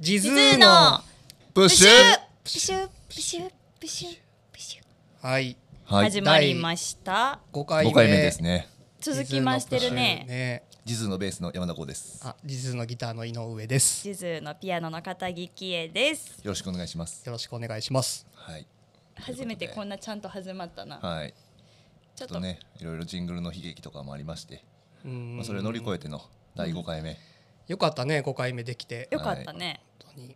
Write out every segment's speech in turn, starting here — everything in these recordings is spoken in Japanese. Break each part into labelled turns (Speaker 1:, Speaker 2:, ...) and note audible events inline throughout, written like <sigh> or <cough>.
Speaker 1: ジズ
Speaker 2: ズ
Speaker 1: ー
Speaker 2: ー
Speaker 1: の
Speaker 2: の
Speaker 1: プッシュ
Speaker 2: プシュプシュプシュプシュ
Speaker 1: はい
Speaker 3: はい。
Speaker 2: 始まりました
Speaker 1: 5回目
Speaker 3: 5回目ですね。
Speaker 2: 続きましてる
Speaker 1: ジズーのプッシュ
Speaker 2: ね
Speaker 1: ね
Speaker 3: ジズのベースの山田光です。よ
Speaker 1: あジズーのギターの井上ですよ
Speaker 2: 地図のピアノの片木喜恵です
Speaker 3: ろしくお願いします。
Speaker 1: ろしくお願いします
Speaker 3: はい。
Speaker 2: 初めてこんなちゃんと始まったな
Speaker 3: はい。
Speaker 2: ち
Speaker 3: ち
Speaker 2: ょ
Speaker 3: ょ
Speaker 2: っ
Speaker 3: っ
Speaker 2: と
Speaker 3: とね、いろいろジングルの悲劇とかもありまして、
Speaker 1: うーん
Speaker 3: まあそれを乗り越えての第5回目。
Speaker 1: よかったね5回目できて
Speaker 2: よかったね
Speaker 1: 本当に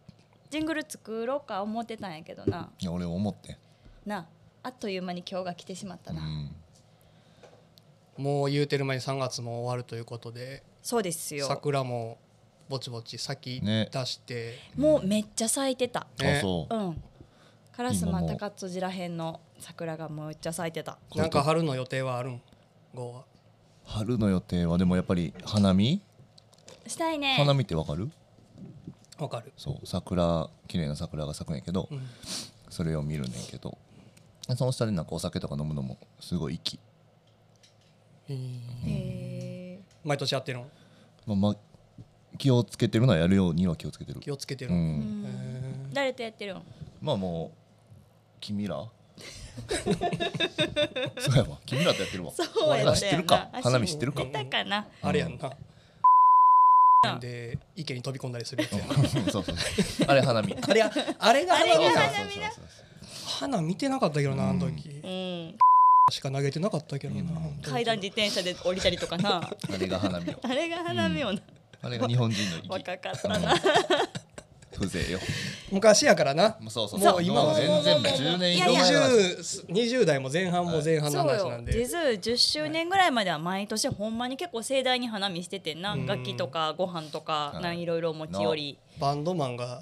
Speaker 2: ジングル作ろうか思ってたんやけどない
Speaker 3: や俺思ってん。
Speaker 2: なあっという間に今日が来てしまった
Speaker 3: う。
Speaker 2: なん
Speaker 1: もう言うてる前に3月も終わるということで
Speaker 2: そうですよ
Speaker 1: 桜もぼちぼち咲き
Speaker 3: ね
Speaker 1: 出して、
Speaker 2: もうめっちゃ咲いてた
Speaker 1: ね
Speaker 3: あそうう。
Speaker 2: んカラスマ
Speaker 3: 今もう
Speaker 2: 高津らへんの桜がむっちゃ咲いてた
Speaker 1: なんか春の予定はあるんゴーは
Speaker 3: 春の予定はでもやっぱり花見？
Speaker 2: したいね
Speaker 3: 花見ってわかる？
Speaker 1: わかる
Speaker 3: そう桜綺麗な桜が咲くんやけど、
Speaker 1: ん
Speaker 3: それを見るねんけど、その下でなんかお酒とか飲むのもすごい粋。
Speaker 1: えー
Speaker 2: へー
Speaker 1: 毎年やってるの
Speaker 3: まあまあ気をつけてるのはやるようには気をつけてる
Speaker 1: 気。をつけてる
Speaker 3: う
Speaker 1: の、
Speaker 3: ん。
Speaker 1: え
Speaker 2: 誰とやってるん
Speaker 3: まあもう君
Speaker 2: <laughs>
Speaker 3: らそうやわ君らとやってるわ
Speaker 2: そうや
Speaker 3: あ知ってるか
Speaker 2: な
Speaker 3: 花見知ってる
Speaker 2: 知
Speaker 3: か
Speaker 2: ってたかな
Speaker 1: ーあれやんな、で池に飛び込んだりするやつやん
Speaker 3: そうそうそう <laughs> あれ花見
Speaker 1: あれやあれが
Speaker 2: あれ
Speaker 3: そうそう
Speaker 2: が
Speaker 3: そうそう
Speaker 1: 花見てなかったけどなあの時
Speaker 2: うん
Speaker 1: しか投げてなかったけどな
Speaker 2: 階段自転車で降りたりとかな
Speaker 3: そうあれが花見よ
Speaker 2: <laughs> あれが花見をな
Speaker 3: あれが日本人の粋
Speaker 2: 若かったな
Speaker 3: 風情よ
Speaker 1: 昔やからな
Speaker 3: もうそうそう
Speaker 1: もう今は
Speaker 3: 全然
Speaker 2: もうもうもう
Speaker 3: 10年以
Speaker 2: いやいや
Speaker 3: 上前の話
Speaker 1: 20, 20代も前半も前半の
Speaker 2: そう
Speaker 1: 話な
Speaker 2: よ
Speaker 1: んで、
Speaker 2: 実10周年ぐらいまでは毎年ほんまに結構盛大に花見しててんな楽器とかご飯とか
Speaker 3: はい
Speaker 2: なんいろいろお持ち寄り
Speaker 1: バンドマンが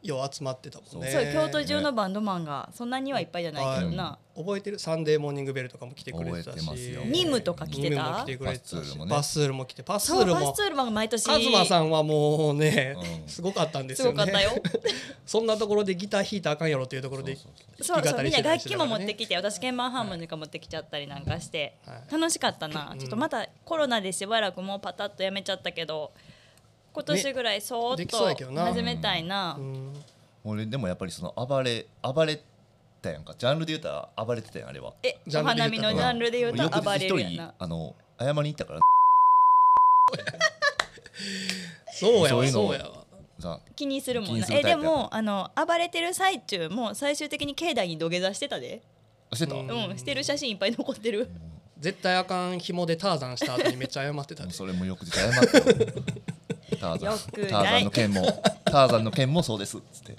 Speaker 1: よう集まってたもんね
Speaker 2: そう京都中のバンドマンがそんなにはいっぱいじゃないけどな
Speaker 1: 覚えてる「サンデーモーニングベル」とかも来てくれてた
Speaker 3: 覚えてます
Speaker 1: し
Speaker 3: よ
Speaker 2: ニムとか来
Speaker 1: ニ
Speaker 2: て
Speaker 1: ムも来
Speaker 2: た
Speaker 1: てくれてた
Speaker 3: パスツー
Speaker 1: し
Speaker 3: ルもね
Speaker 1: パスツールも来てパスツ
Speaker 2: そ
Speaker 1: ー
Speaker 2: う
Speaker 1: ル
Speaker 2: パ
Speaker 1: も
Speaker 2: スツールマンが毎年
Speaker 1: カズマさんはもうね、
Speaker 3: うん
Speaker 1: すごかったんです
Speaker 2: す
Speaker 1: よ
Speaker 2: ご
Speaker 1: ね
Speaker 2: かったよ
Speaker 1: そんなところでギター弾いたらあかんやろっていうところで
Speaker 3: そう
Speaker 2: そうそうみんな楽器も持って
Speaker 1: き
Speaker 2: きて私鍵盤ハーモニカ持ってきちゃったりなんかして
Speaker 1: はい
Speaker 2: 楽しかったなちょっとまたコロナでしばらくもうパタッとやめちゃったけど今年ぐらいそー
Speaker 1: できそうや
Speaker 2: っ
Speaker 1: けど
Speaker 2: と
Speaker 1: な
Speaker 2: 始めたいな
Speaker 3: 俺でもやっぱりその暴れ暴れたやんかジャンルで言ったら暴れてたやんあれは
Speaker 2: え
Speaker 1: ジャ
Speaker 2: お
Speaker 1: ンルで言ったら
Speaker 2: 花見のジャンルで言うと
Speaker 3: 翌
Speaker 2: 暴
Speaker 3: 日
Speaker 2: れ
Speaker 3: 一
Speaker 2: るや
Speaker 3: 人
Speaker 2: な
Speaker 3: あの謝りに行ったから
Speaker 1: そうや
Speaker 3: そう
Speaker 1: わ
Speaker 3: いうの
Speaker 1: そうやわ
Speaker 3: さ
Speaker 2: 気にするも
Speaker 3: 気
Speaker 2: ん
Speaker 3: に
Speaker 2: な
Speaker 3: する
Speaker 2: え
Speaker 3: タイ
Speaker 2: で
Speaker 3: プや
Speaker 2: もあの暴れてる最中も最終的に境内に土下座してたで
Speaker 3: してた
Speaker 1: う
Speaker 3: も
Speaker 2: うんしてる写真いっぱい残ってる
Speaker 1: 絶対あかん紐でターザンした後にめっちゃ謝ってた
Speaker 3: う
Speaker 1: で
Speaker 3: それも翌日謝ったよターザン
Speaker 2: よくない
Speaker 3: ターザンの件もターザンの件もそうですっつって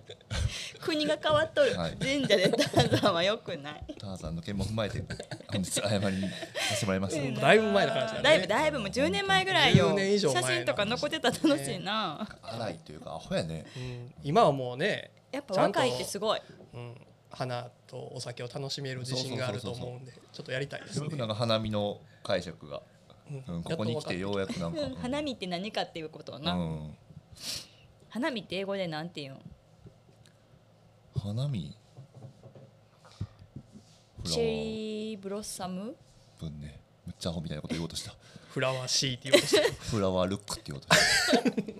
Speaker 2: 国が変わっとる
Speaker 3: はい
Speaker 2: 神社でターザンはよくない
Speaker 3: ターザンの件も踏まえて本日謝りにさせてもらいます
Speaker 2: うん
Speaker 1: だいぶ前の話だね
Speaker 2: だいぶだいぶもう10年前ぐらいよ
Speaker 1: 10年以上前
Speaker 2: 写
Speaker 1: の
Speaker 2: 真とか残ってたら楽しいな、
Speaker 3: 荒いというかアホやね
Speaker 1: うん今はもうね
Speaker 2: やっぱ若いってす
Speaker 1: ごい、
Speaker 2: ごい
Speaker 1: うん、花とお酒を楽しめる自信があると思うんでちょっとやりたいです
Speaker 3: よく
Speaker 1: ね
Speaker 3: なんか花見の解釈が、
Speaker 1: う
Speaker 3: うんん、ここに来てようやくなんか、
Speaker 2: うん花見って何かっていうこと
Speaker 3: う
Speaker 2: な、
Speaker 3: ん、
Speaker 2: 花見って英語でなんていうん
Speaker 3: 花見フラ
Speaker 2: チェ
Speaker 3: ワ
Speaker 2: リーブロッサム
Speaker 3: ー分ねむっちゃアホみたいなこと言おうとした
Speaker 1: フラワーシーって言おうとして
Speaker 3: フラワールックって言おうとし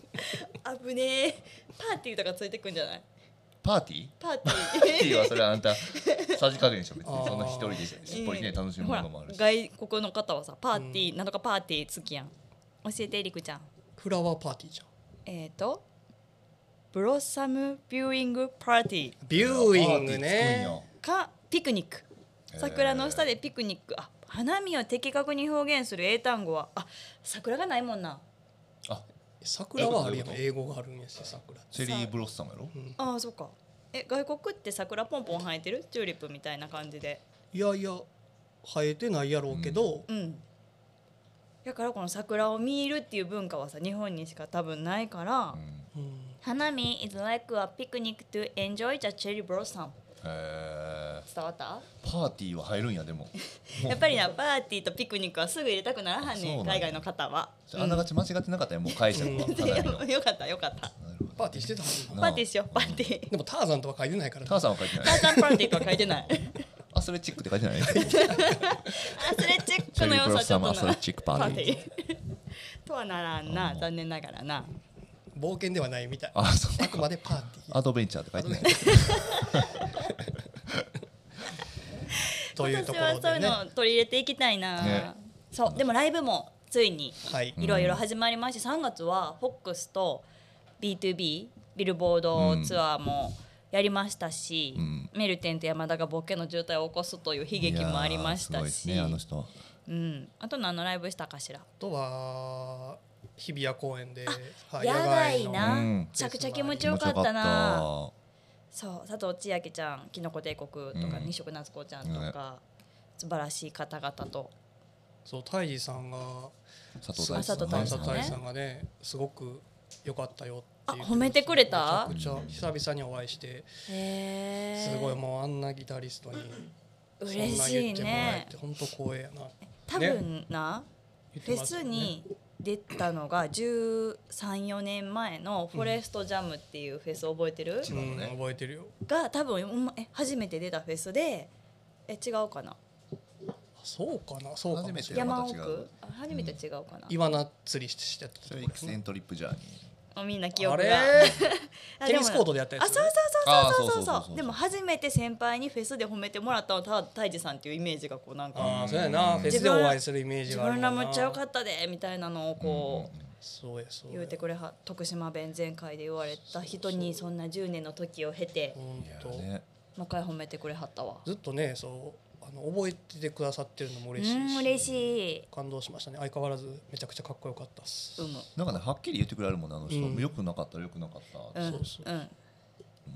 Speaker 3: た
Speaker 2: あぶねえパーティーとかついてくんじゃない
Speaker 3: パーティー
Speaker 2: パーテ
Speaker 3: パ <laughs> ーティーはそれはあんたさじ加減でしょ別
Speaker 1: あー
Speaker 3: にそんな一人でし
Speaker 2: ィー
Speaker 3: っぽりね楽しむものもあるし
Speaker 2: ほら外国の方はさパーティー、なんとかパーティー好きやん教えてりくちゃん
Speaker 1: フラワーパーティーじゃん
Speaker 2: えっ、ー、とブロッサムビューイングパーティー
Speaker 1: ビューイングね
Speaker 2: かピクニック
Speaker 3: へー
Speaker 2: 桜の下でピクニックあ花見を的確に表現する英単語はあ桜がないもんな
Speaker 3: あ
Speaker 1: 桜はあるやん
Speaker 3: え
Speaker 1: 英語があるんやし桜
Speaker 3: チェリーブロッサムやろ
Speaker 2: ああそうかえ外国って桜ポンポン生えてるチューリップみたいな感じで
Speaker 1: いやいや生えてないやろうけど、
Speaker 2: うんだからこの桜を見るっていう文化はさ日本にしか多分ないから、
Speaker 3: うん
Speaker 1: うん
Speaker 2: 花見 is like a picnic to enjoy the cherry blossom
Speaker 3: へー
Speaker 2: 伝わった
Speaker 3: パーティーは入るんやでも
Speaker 2: やっぱり
Speaker 3: <laughs>
Speaker 2: なパーティーとピクニックはすぐ入れたくならはん
Speaker 3: そ
Speaker 2: ね
Speaker 3: うなんんや
Speaker 2: 海外の方は、
Speaker 3: あながち間違ってなかったよもう解釈は花
Speaker 1: <laughs>
Speaker 3: 火の
Speaker 2: <laughs> よかったよかった
Speaker 1: パーティーしてたはず
Speaker 3: な
Speaker 2: パーティーしようパーティー
Speaker 1: でもターザンとは書いてないから
Speaker 3: ターさんは書い
Speaker 1: <laughs>
Speaker 3: てな
Speaker 2: タ
Speaker 3: い
Speaker 2: ーザンパーティーとは書いてない
Speaker 3: アスレチックって書いてない
Speaker 2: アスレチックの要素はちょっとな
Speaker 3: チェリーブロッサムアスレチックパーティ
Speaker 2: パーティーとはならんな残念ながらな
Speaker 1: 冒険ではないみたい
Speaker 3: あそう
Speaker 1: あくまでパーティ
Speaker 3: アドベンチャーって書いてない
Speaker 1: ーというとこ
Speaker 2: 今
Speaker 1: ろで
Speaker 2: 年はそういう
Speaker 1: ね
Speaker 2: のを取り入れていきたいな、
Speaker 3: ね
Speaker 2: そうでもライブもついに
Speaker 1: はい
Speaker 2: いろいろ始まりまして、3月はフォックスと B2B ビルボードツアーもやりましたし、
Speaker 3: うん
Speaker 2: メルテンと山田がボケの渋滞を起こすという悲劇もありまし
Speaker 3: いやーすごい
Speaker 2: た
Speaker 3: です
Speaker 2: し
Speaker 3: ねあの人
Speaker 2: うん、あと何のライブしたかしら、
Speaker 1: あとは日比谷公園で、は
Speaker 2: やばい
Speaker 1: の
Speaker 2: な、
Speaker 3: うん
Speaker 2: めちゃくちゃ気持ちよかったな
Speaker 3: 面白か
Speaker 2: そう佐藤千秋ちゃんきのこ帝国とか、
Speaker 3: うん
Speaker 2: 二色夏子ちゃんとか、素晴らしい方々と
Speaker 1: そう泰治さんが
Speaker 3: った佐藤大
Speaker 2: 佐藤
Speaker 1: 大
Speaker 2: 大
Speaker 1: 佐
Speaker 2: 志
Speaker 3: 志
Speaker 2: さ
Speaker 3: さ
Speaker 2: ん
Speaker 1: 大志さ
Speaker 2: ね
Speaker 3: んね
Speaker 1: んがねすごく良かったよって言って
Speaker 2: あ褒めてくれた
Speaker 1: めちゃくちゃ久々にお会いして
Speaker 2: へ
Speaker 1: すごいもうあんなギタリストにそんな
Speaker 2: 嬉し
Speaker 1: 言
Speaker 2: い
Speaker 1: ってもらえ
Speaker 2: ね
Speaker 1: て本当光栄やな
Speaker 2: 多分な、
Speaker 1: 言っ
Speaker 2: フ
Speaker 1: て
Speaker 2: ェ
Speaker 1: ますよ
Speaker 2: ス
Speaker 1: ね
Speaker 2: に出たのが134年前の「フォレストジャム」っていうフェス覚えてる、
Speaker 3: う
Speaker 1: うん
Speaker 3: ね
Speaker 1: 覚えてるよ
Speaker 2: が多分ほんまえ初めて出たフェスでえ違うかな
Speaker 1: あそうかなそうかもし
Speaker 3: い
Speaker 1: れ
Speaker 3: や
Speaker 1: ない
Speaker 2: 山
Speaker 3: また違う
Speaker 2: 奥あ初めて違うかな、
Speaker 1: イワナ釣りしてたとこ
Speaker 3: それ
Speaker 1: ろ
Speaker 3: エキセントリップジャーニー
Speaker 2: あみんな記
Speaker 1: あ
Speaker 2: 憶
Speaker 1: れ
Speaker 2: があ
Speaker 1: テニスコートでやったやつ
Speaker 2: あそうそう
Speaker 3: あ
Speaker 2: そうそうそうそう
Speaker 3: そう
Speaker 2: でも初めて先輩にフェスで褒めてもらったのはたたいじさんっていうイメージがこうなんか
Speaker 1: ああそうやなフェスでお会いするイメージ
Speaker 2: 自
Speaker 1: があるも
Speaker 2: 分
Speaker 1: んな
Speaker 2: らめっちゃ良かったでみたいなのをこう
Speaker 1: そうやそうや
Speaker 2: 言うてくれは徳島弁前回で言われた人にそんな10年の時を経て
Speaker 1: 本当
Speaker 3: いやね
Speaker 2: もう一回褒めてくれはったわ
Speaker 1: ずっとねそうあの覚えててくださってるのも
Speaker 2: う
Speaker 1: 嬉しい
Speaker 2: ん
Speaker 1: し
Speaker 2: 嬉しい
Speaker 1: 感動しましたね相変わらずめちゃくちゃかっこよかったっす
Speaker 2: うむ
Speaker 3: なんかねはっきり言ってくれるもんねあの人
Speaker 1: うん
Speaker 3: よくなかったよくなかった
Speaker 2: うん
Speaker 1: そうそう
Speaker 2: うん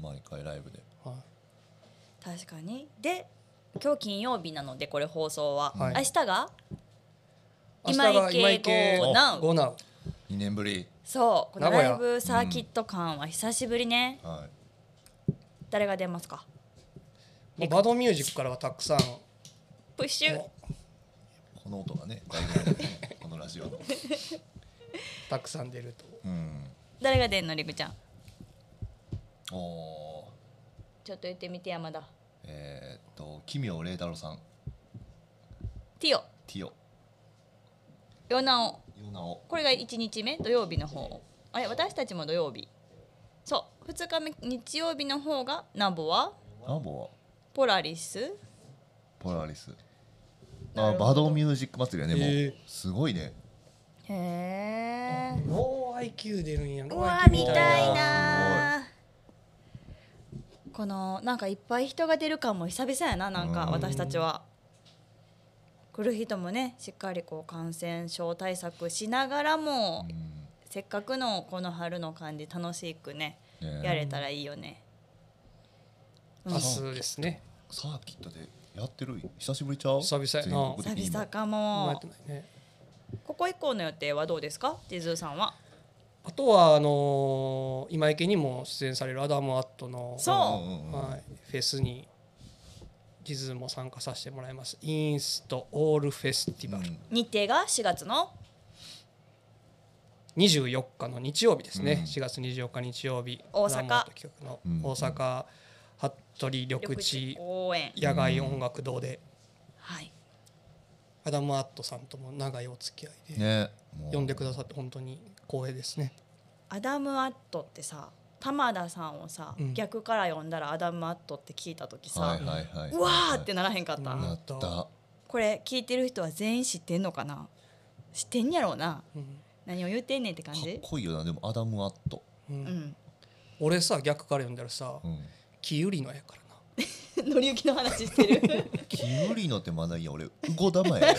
Speaker 3: 毎回ライブで
Speaker 1: はい
Speaker 2: 確かにで今日金曜日なのでこれ放送は、
Speaker 1: はい
Speaker 2: 明日が
Speaker 1: 明日が
Speaker 2: 今池
Speaker 1: 今
Speaker 2: 五男
Speaker 1: 五男
Speaker 3: 2年ぶり
Speaker 2: そうこの
Speaker 1: 名古屋
Speaker 2: ライブサーキット感は久しぶりね、
Speaker 3: はい
Speaker 2: 誰が出ますか
Speaker 1: まあバドミュージックからはたくさん
Speaker 2: プッシュ
Speaker 1: も
Speaker 3: この音がねだいぶあるねこのラジオ
Speaker 1: う
Speaker 3: の
Speaker 1: たくさん出ると
Speaker 3: うん
Speaker 2: 誰が出んのりくちゃん
Speaker 3: おおー
Speaker 2: ちょっと言ってみて山田
Speaker 3: えーっと奇妙麗太郎さん
Speaker 2: ティオ
Speaker 3: ティオ
Speaker 2: ヨナオ
Speaker 3: ヨナオ
Speaker 2: これが1日目土曜日の方あれ私たちも土曜日そう2日目日曜日の方がナボア
Speaker 3: ナボ
Speaker 2: ポラリス
Speaker 3: ポラリス
Speaker 2: な
Speaker 3: あ
Speaker 2: るほど
Speaker 3: バドミュージック祭りやねもう、
Speaker 1: へー
Speaker 3: すごいね
Speaker 2: へえ
Speaker 1: ロー IQ 出るんや
Speaker 2: う
Speaker 1: ロー
Speaker 2: わ
Speaker 1: IQ
Speaker 2: 見
Speaker 1: みたい
Speaker 2: たい
Speaker 1: な
Speaker 2: なこのなんかいっぱい人が出る感も久々やななんか
Speaker 3: うん
Speaker 2: 私たちは来る人もねしっかりこう感染症対策しながらも
Speaker 3: うん
Speaker 2: せっかくのこの春の感じ楽しくね
Speaker 3: ねえ
Speaker 2: やれたらいいよね
Speaker 1: 明日ですね
Speaker 3: サーキットでやってる久しぶりちゃう
Speaker 1: 久々やな
Speaker 3: 全国的
Speaker 2: 久
Speaker 3: にも
Speaker 2: 々か
Speaker 1: もうやっ
Speaker 2: も
Speaker 1: てないね
Speaker 2: ここ以降の予定はどうですかジズーさんは
Speaker 1: あとはあのー今池にも出演されるアダム・アットの
Speaker 2: そう
Speaker 3: うんうんうん
Speaker 1: はい、フェスにジズも参加させてもらいますインストオールフェスティバル、
Speaker 3: うん
Speaker 2: 日程が4月の
Speaker 1: 24日の日曜日ですね、
Speaker 3: うん
Speaker 1: 4月24日日曜日
Speaker 2: 大阪
Speaker 1: ラモート企画の
Speaker 3: うん
Speaker 1: 大阪服部緑
Speaker 2: 地
Speaker 1: 地
Speaker 2: 公演
Speaker 1: 野外音楽堂で、
Speaker 2: はい
Speaker 1: アダム・アットさんとも長いお付き合いで、
Speaker 3: ねも
Speaker 1: 呼んでくださって本当に光栄ですね
Speaker 2: アダム・アットってさ玉田さんをさ、
Speaker 1: うん
Speaker 2: 逆から呼んだらアダム・アットって聞いた時さ、
Speaker 3: はいはいはい、
Speaker 2: うわーってならへんかった、
Speaker 1: うん
Speaker 3: なった
Speaker 2: これ聞いてる人は全員知ってんのかな知ってんやろうな
Speaker 1: うん
Speaker 2: 何を言ってんねんって感
Speaker 3: かっ
Speaker 2: じ
Speaker 3: こいいよなでもアダム・アット、
Speaker 1: う
Speaker 2: うんん <laughs>
Speaker 1: 俺さ逆から呼んだらさ
Speaker 3: うん、
Speaker 1: キユリのやからな
Speaker 2: のりゆきの話してる
Speaker 3: キウリのってまだいいや俺ウゴ玉や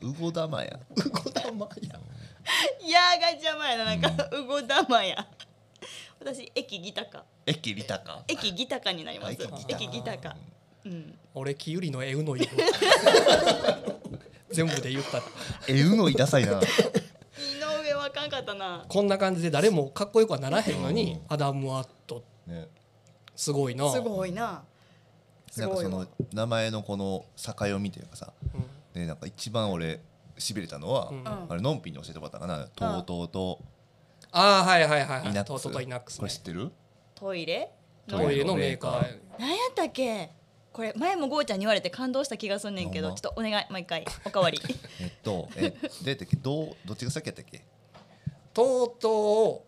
Speaker 3: ウゴ玉や
Speaker 1: うごだまや
Speaker 2: いやーが邪魔やななんか、うごだまや私駅ギタか
Speaker 3: エキリタカ
Speaker 2: 駅ギタかになります
Speaker 3: あ駅ギ
Speaker 1: タ
Speaker 2: 駅ギタかうん
Speaker 1: <laughs> 俺キユリのエウの色 <laughs> 全部で言ったら
Speaker 3: えうのいダサいな
Speaker 2: 井上わかんかったな
Speaker 1: こんな感じで誰もかっこよくはならへんのにアダム・アット
Speaker 3: ね
Speaker 1: すごいな
Speaker 2: すごいなす
Speaker 3: なんか
Speaker 2: ごい
Speaker 3: そ
Speaker 2: わ
Speaker 3: の名前のこの境読みというかさでなんか一番俺しびれたのは、
Speaker 1: うん
Speaker 2: うん
Speaker 3: あれのんぴに教えてもらったかなとうとうと
Speaker 1: ああはいはいはいは
Speaker 3: イ
Speaker 1: い
Speaker 3: ナッ
Speaker 1: ト
Speaker 3: ク
Speaker 1: ー
Speaker 3: ス
Speaker 1: トとイナックス
Speaker 3: こ
Speaker 1: ね
Speaker 3: れ知ってる
Speaker 2: トイレ
Speaker 1: トイレのメーカー
Speaker 2: 何やったっけこれ前もゴーちゃんに言われて感動した気がすんねんけど、
Speaker 3: ほんま
Speaker 2: ちょっとお願いもう一回おか
Speaker 3: <laughs>
Speaker 2: わり
Speaker 3: えっとえ <laughs> どうやったっけどうどっちが先やったっけ
Speaker 1: とうと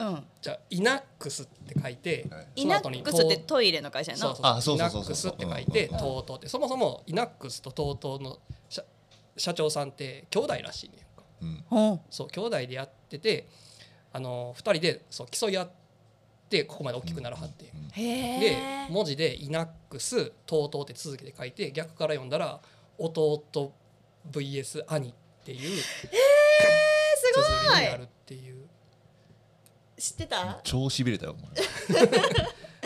Speaker 1: う
Speaker 2: うん
Speaker 1: じゃあイナックスって書いて、
Speaker 3: はい
Speaker 2: イナックスってトイレの会社やな
Speaker 1: そうそう
Speaker 3: あそうそうそう
Speaker 1: イナックスって書い
Speaker 3: うん
Speaker 1: て
Speaker 3: うんうん
Speaker 1: TOTO ってそもそもイナックスと TOTO の社社長さんって兄弟らしいねんか
Speaker 3: うん
Speaker 2: ほ
Speaker 1: そう兄弟でやっててあの2人でそう競い合ってここまで大きくならはって、
Speaker 3: うん
Speaker 2: うへ
Speaker 1: で
Speaker 2: え
Speaker 1: 文字で「イナックス」「とうとう」って続けて書いて逆から読んだら「弟 VS 兄」っていう
Speaker 2: す
Speaker 1: 綴
Speaker 2: ご
Speaker 1: り
Speaker 2: い
Speaker 1: になるっていう
Speaker 2: 知ってた
Speaker 3: 超しびれたよお前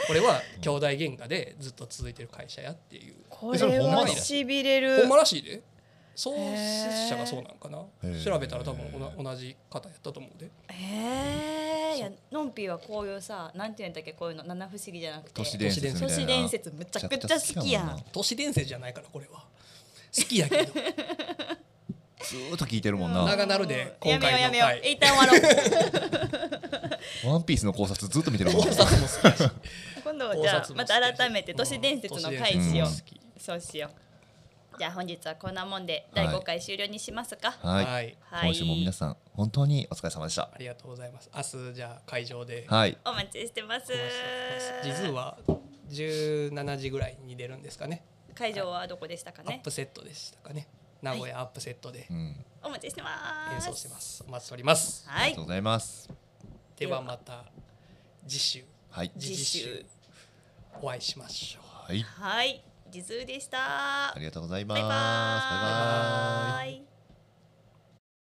Speaker 1: これは兄弟喧嘩でずっと続いてる会社やっていう
Speaker 2: こ
Speaker 3: えそれ
Speaker 2: れ
Speaker 3: ほんまな
Speaker 2: は
Speaker 3: の
Speaker 2: しびれ
Speaker 1: ほ
Speaker 2: る
Speaker 1: んまらしいで創設者がそうなんかな
Speaker 3: へー
Speaker 1: 調べたら多分おな同じ方やったと思うで
Speaker 2: へえいやのんぴーはこういうさなんていうんだっけこういうの七不思議じゃなくて
Speaker 3: 都市伝説みたいな
Speaker 2: 都市伝説むちゃくちゃ好きやん
Speaker 3: めちゃくちゃ好きやもな
Speaker 1: 都市伝説じゃないからこれは好きやけ <laughs> ど
Speaker 3: ずーっと聞いてるもんな
Speaker 1: 長々なるで
Speaker 2: や
Speaker 1: 今
Speaker 2: めよう
Speaker 1: 回
Speaker 2: や
Speaker 1: の
Speaker 2: めよう
Speaker 1: 回
Speaker 2: 一旦終わ
Speaker 1: <laughs>
Speaker 2: ろ
Speaker 3: ワンピースの考察ずっと見てるもん
Speaker 1: <laughs> 考
Speaker 3: な
Speaker 1: 察も好きやし
Speaker 2: う今度はじゃあまた改めて都市伝説の回しよ
Speaker 1: う都市伝
Speaker 2: うん
Speaker 1: 説も好
Speaker 2: そうしようじゃあ本日はこんなもんで第5回終了にしますか
Speaker 1: き
Speaker 3: は
Speaker 1: はいい
Speaker 2: はい
Speaker 3: 今週も皆さん本当にお疲れ様でした
Speaker 1: ありがとうございます明日じゃあ会場で
Speaker 3: はい
Speaker 2: お待ちしてます
Speaker 1: 実は17時ぐらいに出るんですかね
Speaker 2: 会場はどこでしたか
Speaker 1: アッ
Speaker 2: ね
Speaker 1: プセットでしたかね名古屋アップセットで
Speaker 3: うん
Speaker 2: お待ちしてま
Speaker 1: 演
Speaker 2: す
Speaker 1: 奏してますお待ちしております
Speaker 3: あ
Speaker 2: は
Speaker 3: りが
Speaker 2: い
Speaker 3: とうございます
Speaker 1: ではまた次週
Speaker 3: はい
Speaker 1: 次
Speaker 2: 次
Speaker 1: 週
Speaker 2: 週
Speaker 1: お会いしましょう
Speaker 3: はい
Speaker 2: はい実でした
Speaker 3: ありがとうござい
Speaker 2: バ
Speaker 3: ます
Speaker 2: イバ
Speaker 3: バイバイ
Speaker 2: ーイ